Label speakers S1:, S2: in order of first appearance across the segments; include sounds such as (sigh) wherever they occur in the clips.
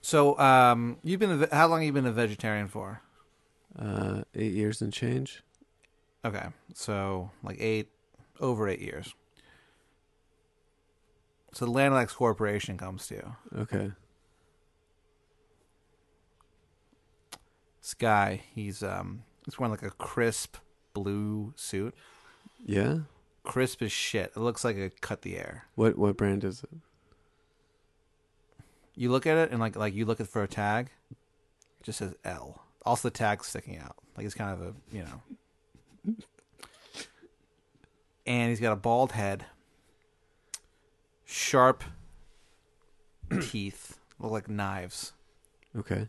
S1: So, um, you've been a, ve- how long have you been a vegetarian for?
S2: Uh, eight years and change.
S1: Okay, so like eight, over eight years. So the Land O'Lakes Corporation comes to you.
S2: Okay.
S1: This guy, he's um, he's wearing like a crisp blue suit,
S2: Yeah.
S1: crisp as shit. It looks like it cut the air.
S2: What what brand is it?
S1: You look at it and like like you look at for a tag, it just says L. Also, the tag's sticking out. Like it's kind of a you know. And he's got a bald head, sharp teeth, look like knives.
S2: Okay.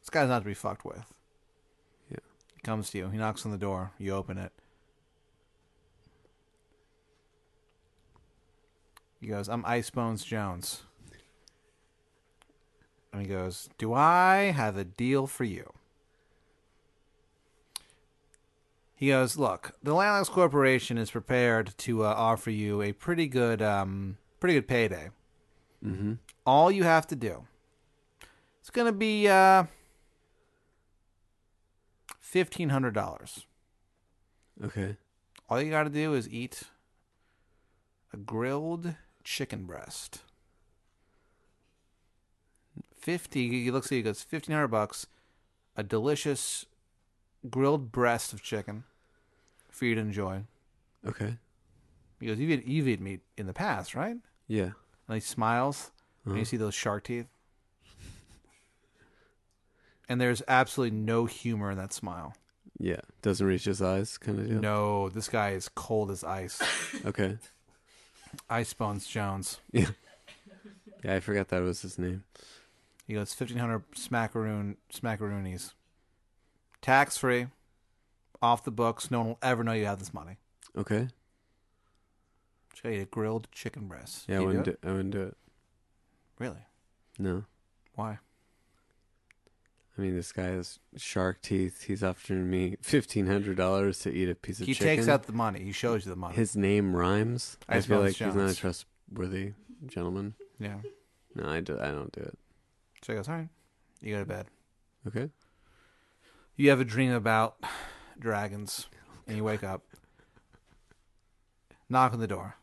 S1: This guy's not to be fucked with.
S2: Yeah.
S1: He comes to you. He knocks on the door. You open it. He goes, I'm Ice Bones Jones. And he goes, Do I have a deal for you? He goes, Look, the Landlocks Corporation is prepared to uh, offer you a pretty good, um, pretty good payday. Mm-hmm. All you have to do it's going to be uh, $1,500.
S2: Okay.
S1: All you got to do is eat a grilled chicken breast. 50 he looks at you he goes 1500 bucks a delicious grilled breast of chicken for you to enjoy
S2: Okay.
S1: he goes you've, eat- you've eaten meat in the past right
S2: Yeah.
S1: and he smiles
S2: Uh-huh.
S1: and you see those shark teeth and there's absolutely no humor in that smile
S2: Yeah. Doesn't reach his eyes, kind of deal.
S1: no this guy is cold as ice (coughs)
S2: Okay.
S1: ice bones jones
S2: Yeah. Yeah, I forgot that was his name.
S1: he goes 1500 smackaroon smackaroonies tax free off the books no one will ever know you have this money
S2: Okay.
S1: just gotta eat a grilled chicken breast
S2: Yeah,
S1: You
S2: I
S1: do
S2: wouldn't.
S1: it?
S2: Do, I wouldn't do it.
S1: really
S2: No.
S1: why
S2: I mean, this guy has shark teeth. He's offering me fifteen hundred dollars to eat a piece of
S1: he
S2: chicken.
S1: takes out the money he shows you the money
S2: his name rhymes. I,
S1: Ice
S2: feel
S1: Bones
S2: like he's not a
S1: Jones.
S2: trustworthy gentleman.
S1: yeah
S2: No, I, do, I don't do it.
S1: so he goes all right you go to bed
S2: Okay.
S1: you have a dream about dragons and you wake up knock on the door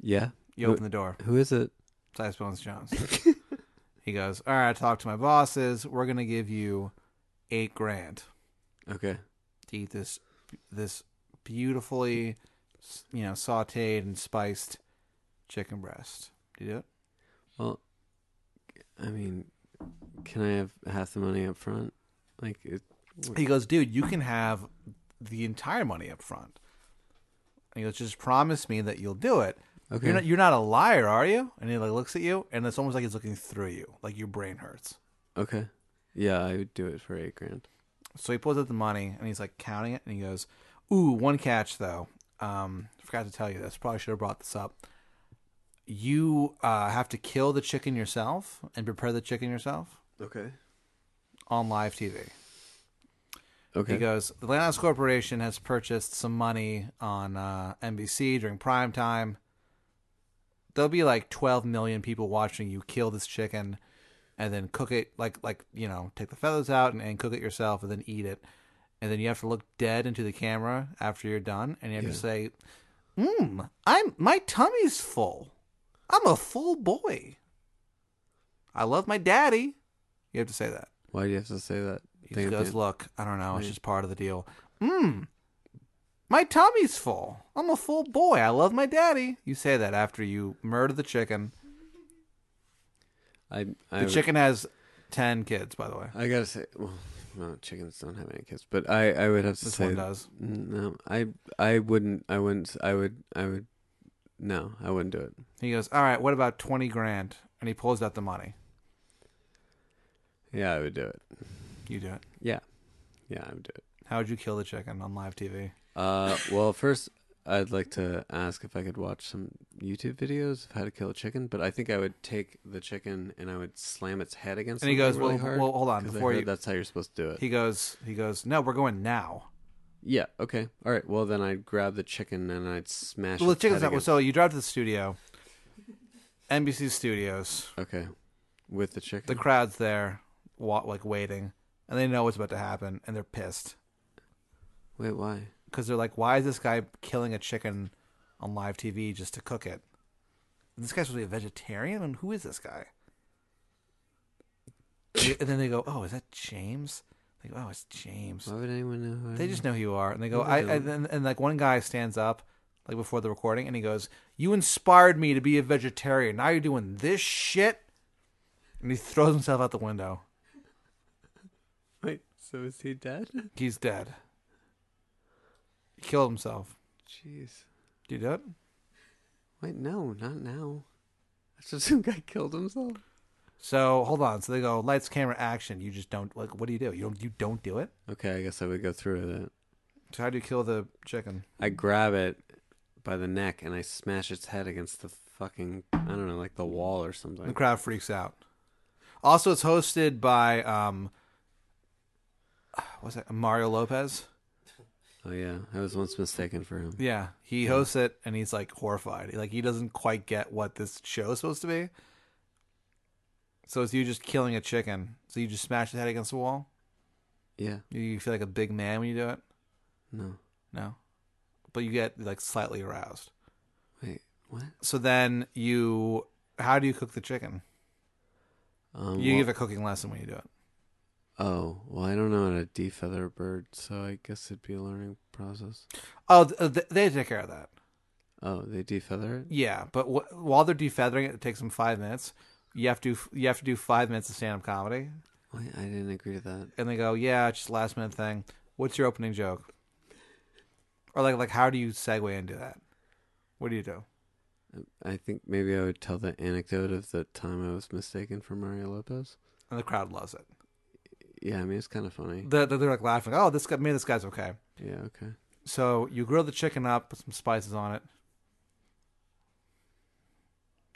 S2: Yeah.
S1: you
S2: Who-
S1: open the door
S2: Who is it?
S1: it's Ice Bones jones (laughs) he goes all right i talked to my bosses we're gonna give you eight grand
S2: Okay.
S1: to eat this this beautifully you know sauteed and spiced chicken breast do you do it
S2: Well, I mean, can I have half the money up front? Like, it,
S1: he goes, dude, you can have the entire money up front. And he goes, just promise me that you'll do it.
S2: Okay.
S1: You're not, you're not a liar, are you? And he like looks at you, and it's almost like he's looking through you, like your brain hurts.
S2: okay. Yeah, I would do it for eight grand.
S1: So he pulls out the money, and he's like counting it, and he goes, "Ooh, one catch though. Um, forgot to tell you this. Probably should have brought this up. You uh, have to kill the chicken yourself and prepare the chicken yourself
S2: Okay.
S1: on live TV."
S2: Okay.
S1: He goes, the Landless Corporation has purchased some money on uh, NBC during prime time. There'll be like 12 million people watching you kill this chicken and then cook it, like, like you know, take the feathers out and, and cook it yourself and then eat it. And then you have to look dead into the camera after you're done and you have to say, Mmm, I'm my tummy's full. I'm a full boy. I love my daddy. You have to say that.
S2: Why do you have to say that?
S1: He
S2: Thank
S1: just goes,
S2: you.
S1: look, I don't know. It's just part of the deal. Mmm. My tummy's full. I'm a full boy. I love my daddy. You say that after you murder the chicken.
S2: I, I,
S1: The
S2: would-
S1: chicken has 10 kids, by the way.
S2: I gotta say, well, no, chickens don't have any kids, but I, I would have to
S1: This
S2: say,
S1: one does.
S2: no, I, I wouldn't, I wouldn't, I would, I would, no, I wouldn't do it.
S1: He goes, all right, what about 20 grand? And he pulls out the money.
S2: Yeah, I would do it.
S1: You do it.
S2: Yeah, yeah, I would do it.
S1: How would you kill the chicken on live TV?
S2: Uh, well, first I'd like to ask if I could watch some YouTube videos of how to kill a chicken, but I think I would take the chicken and I would slam its head against.
S1: And he
S2: something
S1: goes,
S2: really
S1: well,
S2: hard,
S1: well, hold on.
S2: 'cause I
S1: Before
S2: heard
S1: you,
S2: that's how you're supposed to do it.
S1: he goes, he goes, no, we're going now.
S2: yeah. Okay. All right. Well, then I'd grab the chicken and I'd smash.
S1: Well, the
S2: its
S1: chicken's
S2: head
S1: not.
S2: against-
S1: So you drive to the studio, NBC Studios.
S2: Okay. with the chicken.
S1: The crowd's there, wa- like waiting, and they know what's about to happen, and they're pissed
S2: Wait, why?
S1: because they're like, "Why is this guy killing a chicken on live TV just to cook it? This guy's supposed to be a vegetarian, and who is this guy?" and then they go, "Oh, is that James?" They go, "Oh, it's James."
S2: Why would anyone know? Who I
S1: They
S2: am?
S1: just know who you are, and they go.
S2: No, they
S1: I, I
S2: don't.
S1: and, and like one guy stands up, like before the recording, and he goes, "You inspired me to be a vegetarian. Now you're doing this shit," and he throws himself out the window.
S2: (laughs) Wait, so is he dead? (laughs)
S1: He's dead. He killed himself.
S2: Jeez.
S1: Do you do it?
S2: Wait, no, not now. I just (laughs) assume guy killed himself.
S1: So hold on. So they go lights, camera, action. You just don't like. What do you do? You don't. You don't do it.
S2: Okay, I guess I would go through with it.
S1: So how do you kill the chicken?
S2: I grab it by the neck and I smash its head against the fucking I don't know, like the wall or
S1: The
S2: something.
S1: crowd freaks out. Also, it's hosted by um, what's that? Mario Lopez.
S2: Oh yeah, I was once mistaken for him.
S1: Yeah, he hosts it and he's like horrified. Like he doesn't quite get what this show is supposed to be. So it's you just killing a chicken. So you just smash the head against the wall.
S2: Yeah,
S1: You- You feel like a big man when you do it.
S2: no,
S1: No, but you get like slightly aroused.
S2: wait, what?
S1: So then you, how do you cook the chicken?
S2: Um,
S1: You
S2: well-
S1: give a cooking lesson when you do it.
S2: oh, well, I don't know how to defeather a bird, so I guess it'd be a learning process.
S1: Oh, th- th- they take care of that.
S2: Oh, they defeather it.
S1: Yeah, but wh- while they're defeathering it, it takes them five minutes. You have to you have to do five minutes of stand up comedy.
S2: Wait, I didn't agree to that.
S1: and they go, "Yeah, it's just a last minute thing." What's your opening joke? Or like, like how do you segue into that? What do you do?
S2: I think maybe I would tell the anecdote of the time I was mistaken for Mario Lopez.
S1: And the crowd loves it.
S2: Yeah, I mean it's kind of funny.
S1: They're, they're like laughing. Oh, this guy, maybe this guy's okay.
S2: Yeah, okay.
S1: So you grill the chicken up, put some spices on it.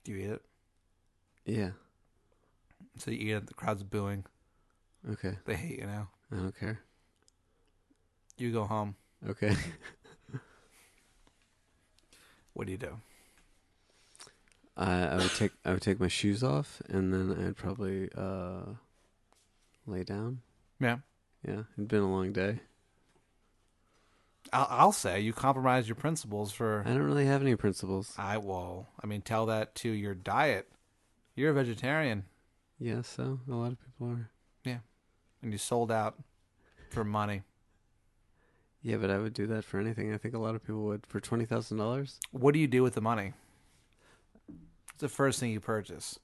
S1: Do you eat it?
S2: Yeah,
S1: So you eat it. The crowd's booing.
S2: okay.
S1: They hate you now.
S2: I don't care.
S1: You go home.
S2: Okay.
S1: (laughs) What do you do?
S2: I, I would take I would take my shoes off and then I'd probably uh, lay down.
S1: Yeah,
S2: Yeah, it'd been a long day.
S1: I'll, I'll say you compromise your principles for.
S2: I don't really have any principles.
S1: I will. I mean, tell that to your diet. You're a vegetarian.
S2: Yeah, so a lot of people are.
S1: and you sold out for money.
S2: Yeah, but I would do that for anything. I think a lot of people would for twenty thousand dollars.
S1: What do you do with the money? It's the first thing you purchase,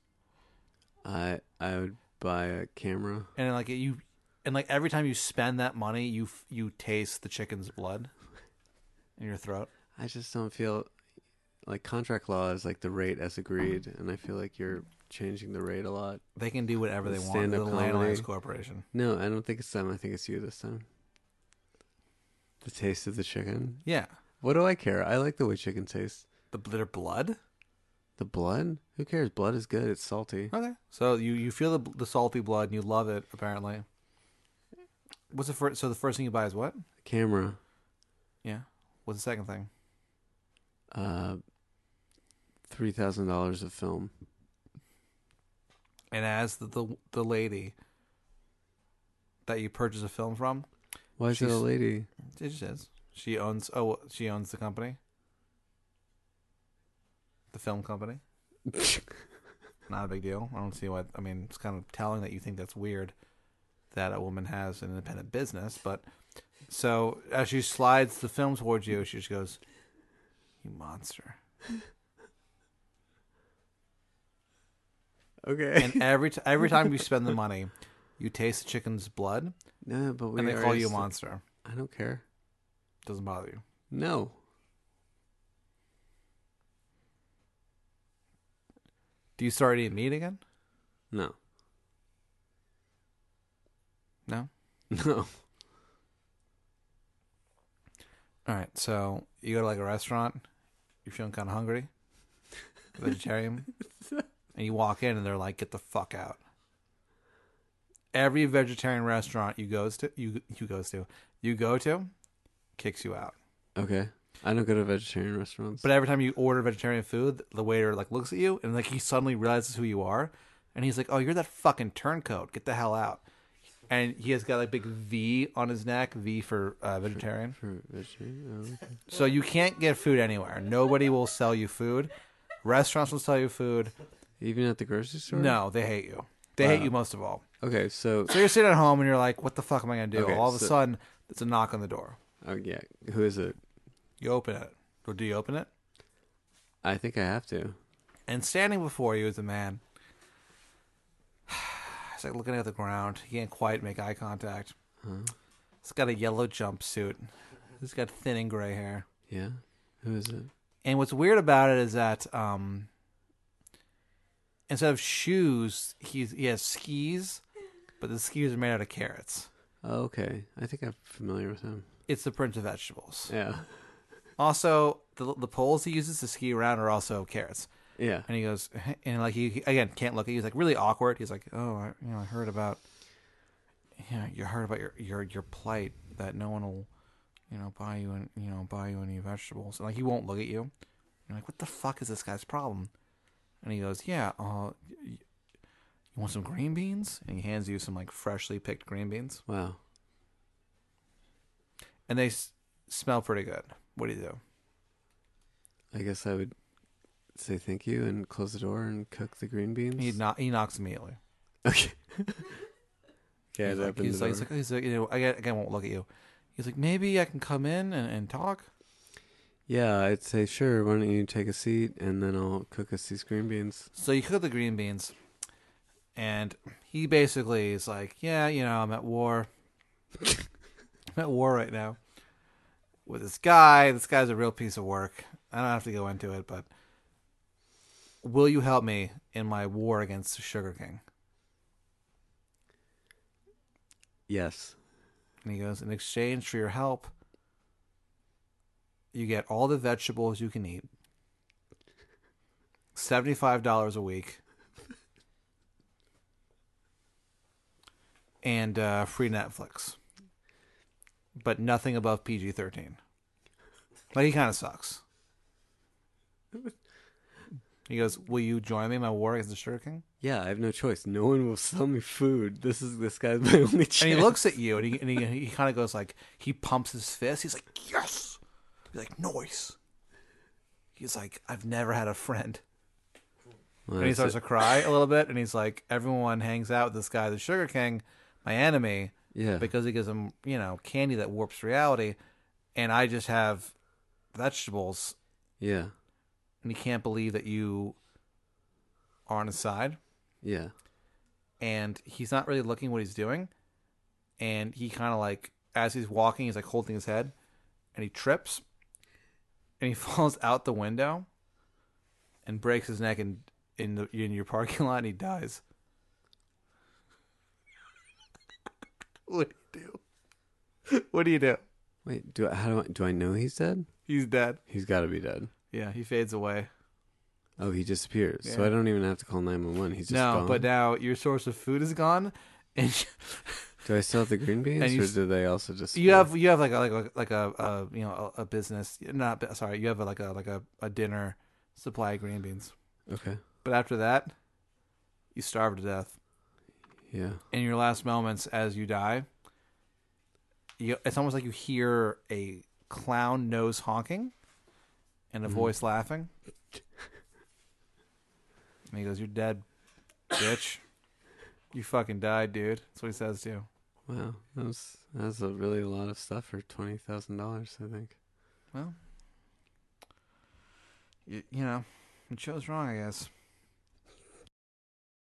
S2: I I would buy a camera.
S1: and like you, and like every time you spend that money, you f- you taste the chicken's blood in your throat.
S2: I just don't feel like contract law is like the rate as agreed, and I feel like you're changing the rate a lot.
S1: They can do whatever they want. They're
S2: Stand-up
S1: the
S2: comedy.
S1: Landlines Corporation.
S2: No, I don't think it's them. I think it's you this time. The taste of the chicken.
S1: Yeah,
S2: What do I care? I like the way chicken tastes.
S1: the their blood.
S2: The blood? Who cares? Blood is good. It's salty.
S1: Okay, so you you feel the the salty blood and you love it. Apparently, what's the first? So the first thing you buy is what?
S2: Camera.
S1: Yeah. What's the second thing?
S2: Uh, three thousand dollars of film.
S1: And as the the, the lady that you purchase a film from,
S2: Why is it a
S1: She's- (laughs)
S2: lady?
S1: It just is. She owns. Oh, she owns the company. The film company. Not a big deal. I don't see why. I mean, it's kind of telling that you think that's weird that a woman has an independent business. But so as she slides the film towards you, she just goes, "You monster."
S2: okay.
S1: And every t- every time you spend the money, you taste the chicken's blood,
S2: (laughs) No, but we
S1: and they
S2: already
S1: call you a
S2: s-
S1: monster.
S2: I don't care.
S1: Doesn't bother you.
S2: No.
S1: Do you start eating meat again?
S2: No. (laughs)
S1: No?
S2: No.
S1: All right, so you go to like a restaurant, you're feeling kind of hungry, vegetarian, and you walk in and they're like, "Get the fuck out." Every vegetarian restaurant you goes to, you you goes to, you go to, kicks you out.
S2: Okay. I don't go to vegetarian restaurants.
S1: But every time you order vegetarian food, the waiter like looks at you and like he suddenly realizes who you are, and he's like, "Oh, you're that fucking turncoat. Get the hell out." And he has got a big V on his neck, V for uh, vegetarian.
S2: For vegetarian? Oh, okay.
S1: So you can't get food anywhere. Nobody will sell you food. Restaurants will sell you food.
S2: Even at the grocery store?
S1: No, they hate you. They
S2: Uh-huh.
S1: hate you most of all.
S2: Okay, so
S1: So you're sitting at home and you're like, "What the fuck am I gonna do?"
S2: Okay,
S1: all of a
S2: so-
S1: sudden, it's a knock on the door.
S2: oh yeah, who is it?
S1: You open it. Or do you open it?
S2: I think I have to.
S1: And standing before you is a man. (sighs) He's like looking at the ground. He can't quite make eye contact.
S2: Hmm.
S1: He's got a yellow jumpsuit. He's got thinning gray hair.
S2: Yeah, who is it?
S1: And what's weird about it is that um, instead of shoes, he's, he has skis, but the skis are made out of carrots.
S2: Oh, okay, I think I'm familiar with him.
S1: It's the Prince of Vegetables.
S2: Yeah, (laughs)
S1: Also, the, the poles he uses to ski around are also carrots.
S2: yeah.
S1: And he goes, and like he, he- again can't look at you. He's like really awkward. He's like, oh, I, you know, I heard about, yeah, you heard about your your your plight that no one will, you know, buy you and you know buy you any vegetables. And like he won't look at you. You're like, what the fuck is this guy's problem? And he goes, yeah, uh, y- you want some green beans? And he hands you some like freshly picked green beans,
S2: Wow.
S1: and they s- smell pretty good. What do you do?
S2: I guess I would say thank you and close the door and cook the green beans. (laughs)
S1: He kno- he knocks immediately.
S2: Okay. okay,
S1: he's
S2: I'd
S1: like,
S2: open
S1: he's
S2: the
S1: like, he's
S2: door.
S1: like, he's like, you know, I again, again won't look at you. He's like, maybe I can come in and, and talk.
S2: yeah, I'd say sure. Why don't you take a seat and then I'll cook us these green beans.
S1: So you cook the green beans, and he basically is like, yeah, you know, I'm at war. I'm at war right now with this guy. This guy's a real piece of work. I don't have to go into it, but will you help me in my war against the Sugar King?
S2: Yes.
S1: And he goes, in exchange for your help, you get all the vegetables you can eat. $75 a week. And uh, free Netflix. But nothing above PG 13. Like, he kind of sucks. He goes, Will you join me in my war against the Sugar King?
S2: Yeah, I have no choice. No one will sell me food. This is this guy's (laughs) my only chance.
S1: and he looks at you and he and he, he kind of goes like he pumps his fist he's like yes he's like noise he's like i've never had a friend
S2: Well,
S1: and he
S2: that's
S1: starts
S2: it.
S1: to cry a little bit and he's like everyone hangs out with this guy the sugar king my enemy
S2: yeah.
S1: because he gives him you know candy that warps reality and i just have vegetables
S2: yeah.
S1: and he can't believe that you are on his side
S2: Yeah.
S1: and he's not really looking what he's doing. And he kind of like, as he's walking, he's like holding his head and he trips and he (laughs) falls out the window and breaks his neck in, in, the, in your parking lot and he dies. (laughs) what do you do? What do you do?
S2: Wait, do I, how do I do I know he's dead?
S1: He's dead.
S2: He's got to be dead.
S1: Yeah, he fades away.
S2: Oh, he disappears. So
S1: Yeah.
S2: I don't even have to call 911. He's just
S1: no,
S2: gone.
S1: but now your source of food is gone, and (laughs)
S2: do I still have the green beans
S1: you
S2: or
S1: s-
S2: do they also disappear?
S1: you have you have like a, like a, like a, a you know a, a business not bu- sorry you have a, like a like a, a dinner supply of green beans
S2: Okay.
S1: but after that you starve to death
S2: Yeah.
S1: in your last moments as you die you it's almost like you hear a clown nose honking and a voice laughing and he goes you're dead bitch you fucking died dude that's what he says to you
S2: Wow, that was that's a really a lot of stuff for twenty thousand dollars. I think.
S1: Well, you, you know, it chose wrong, I guess.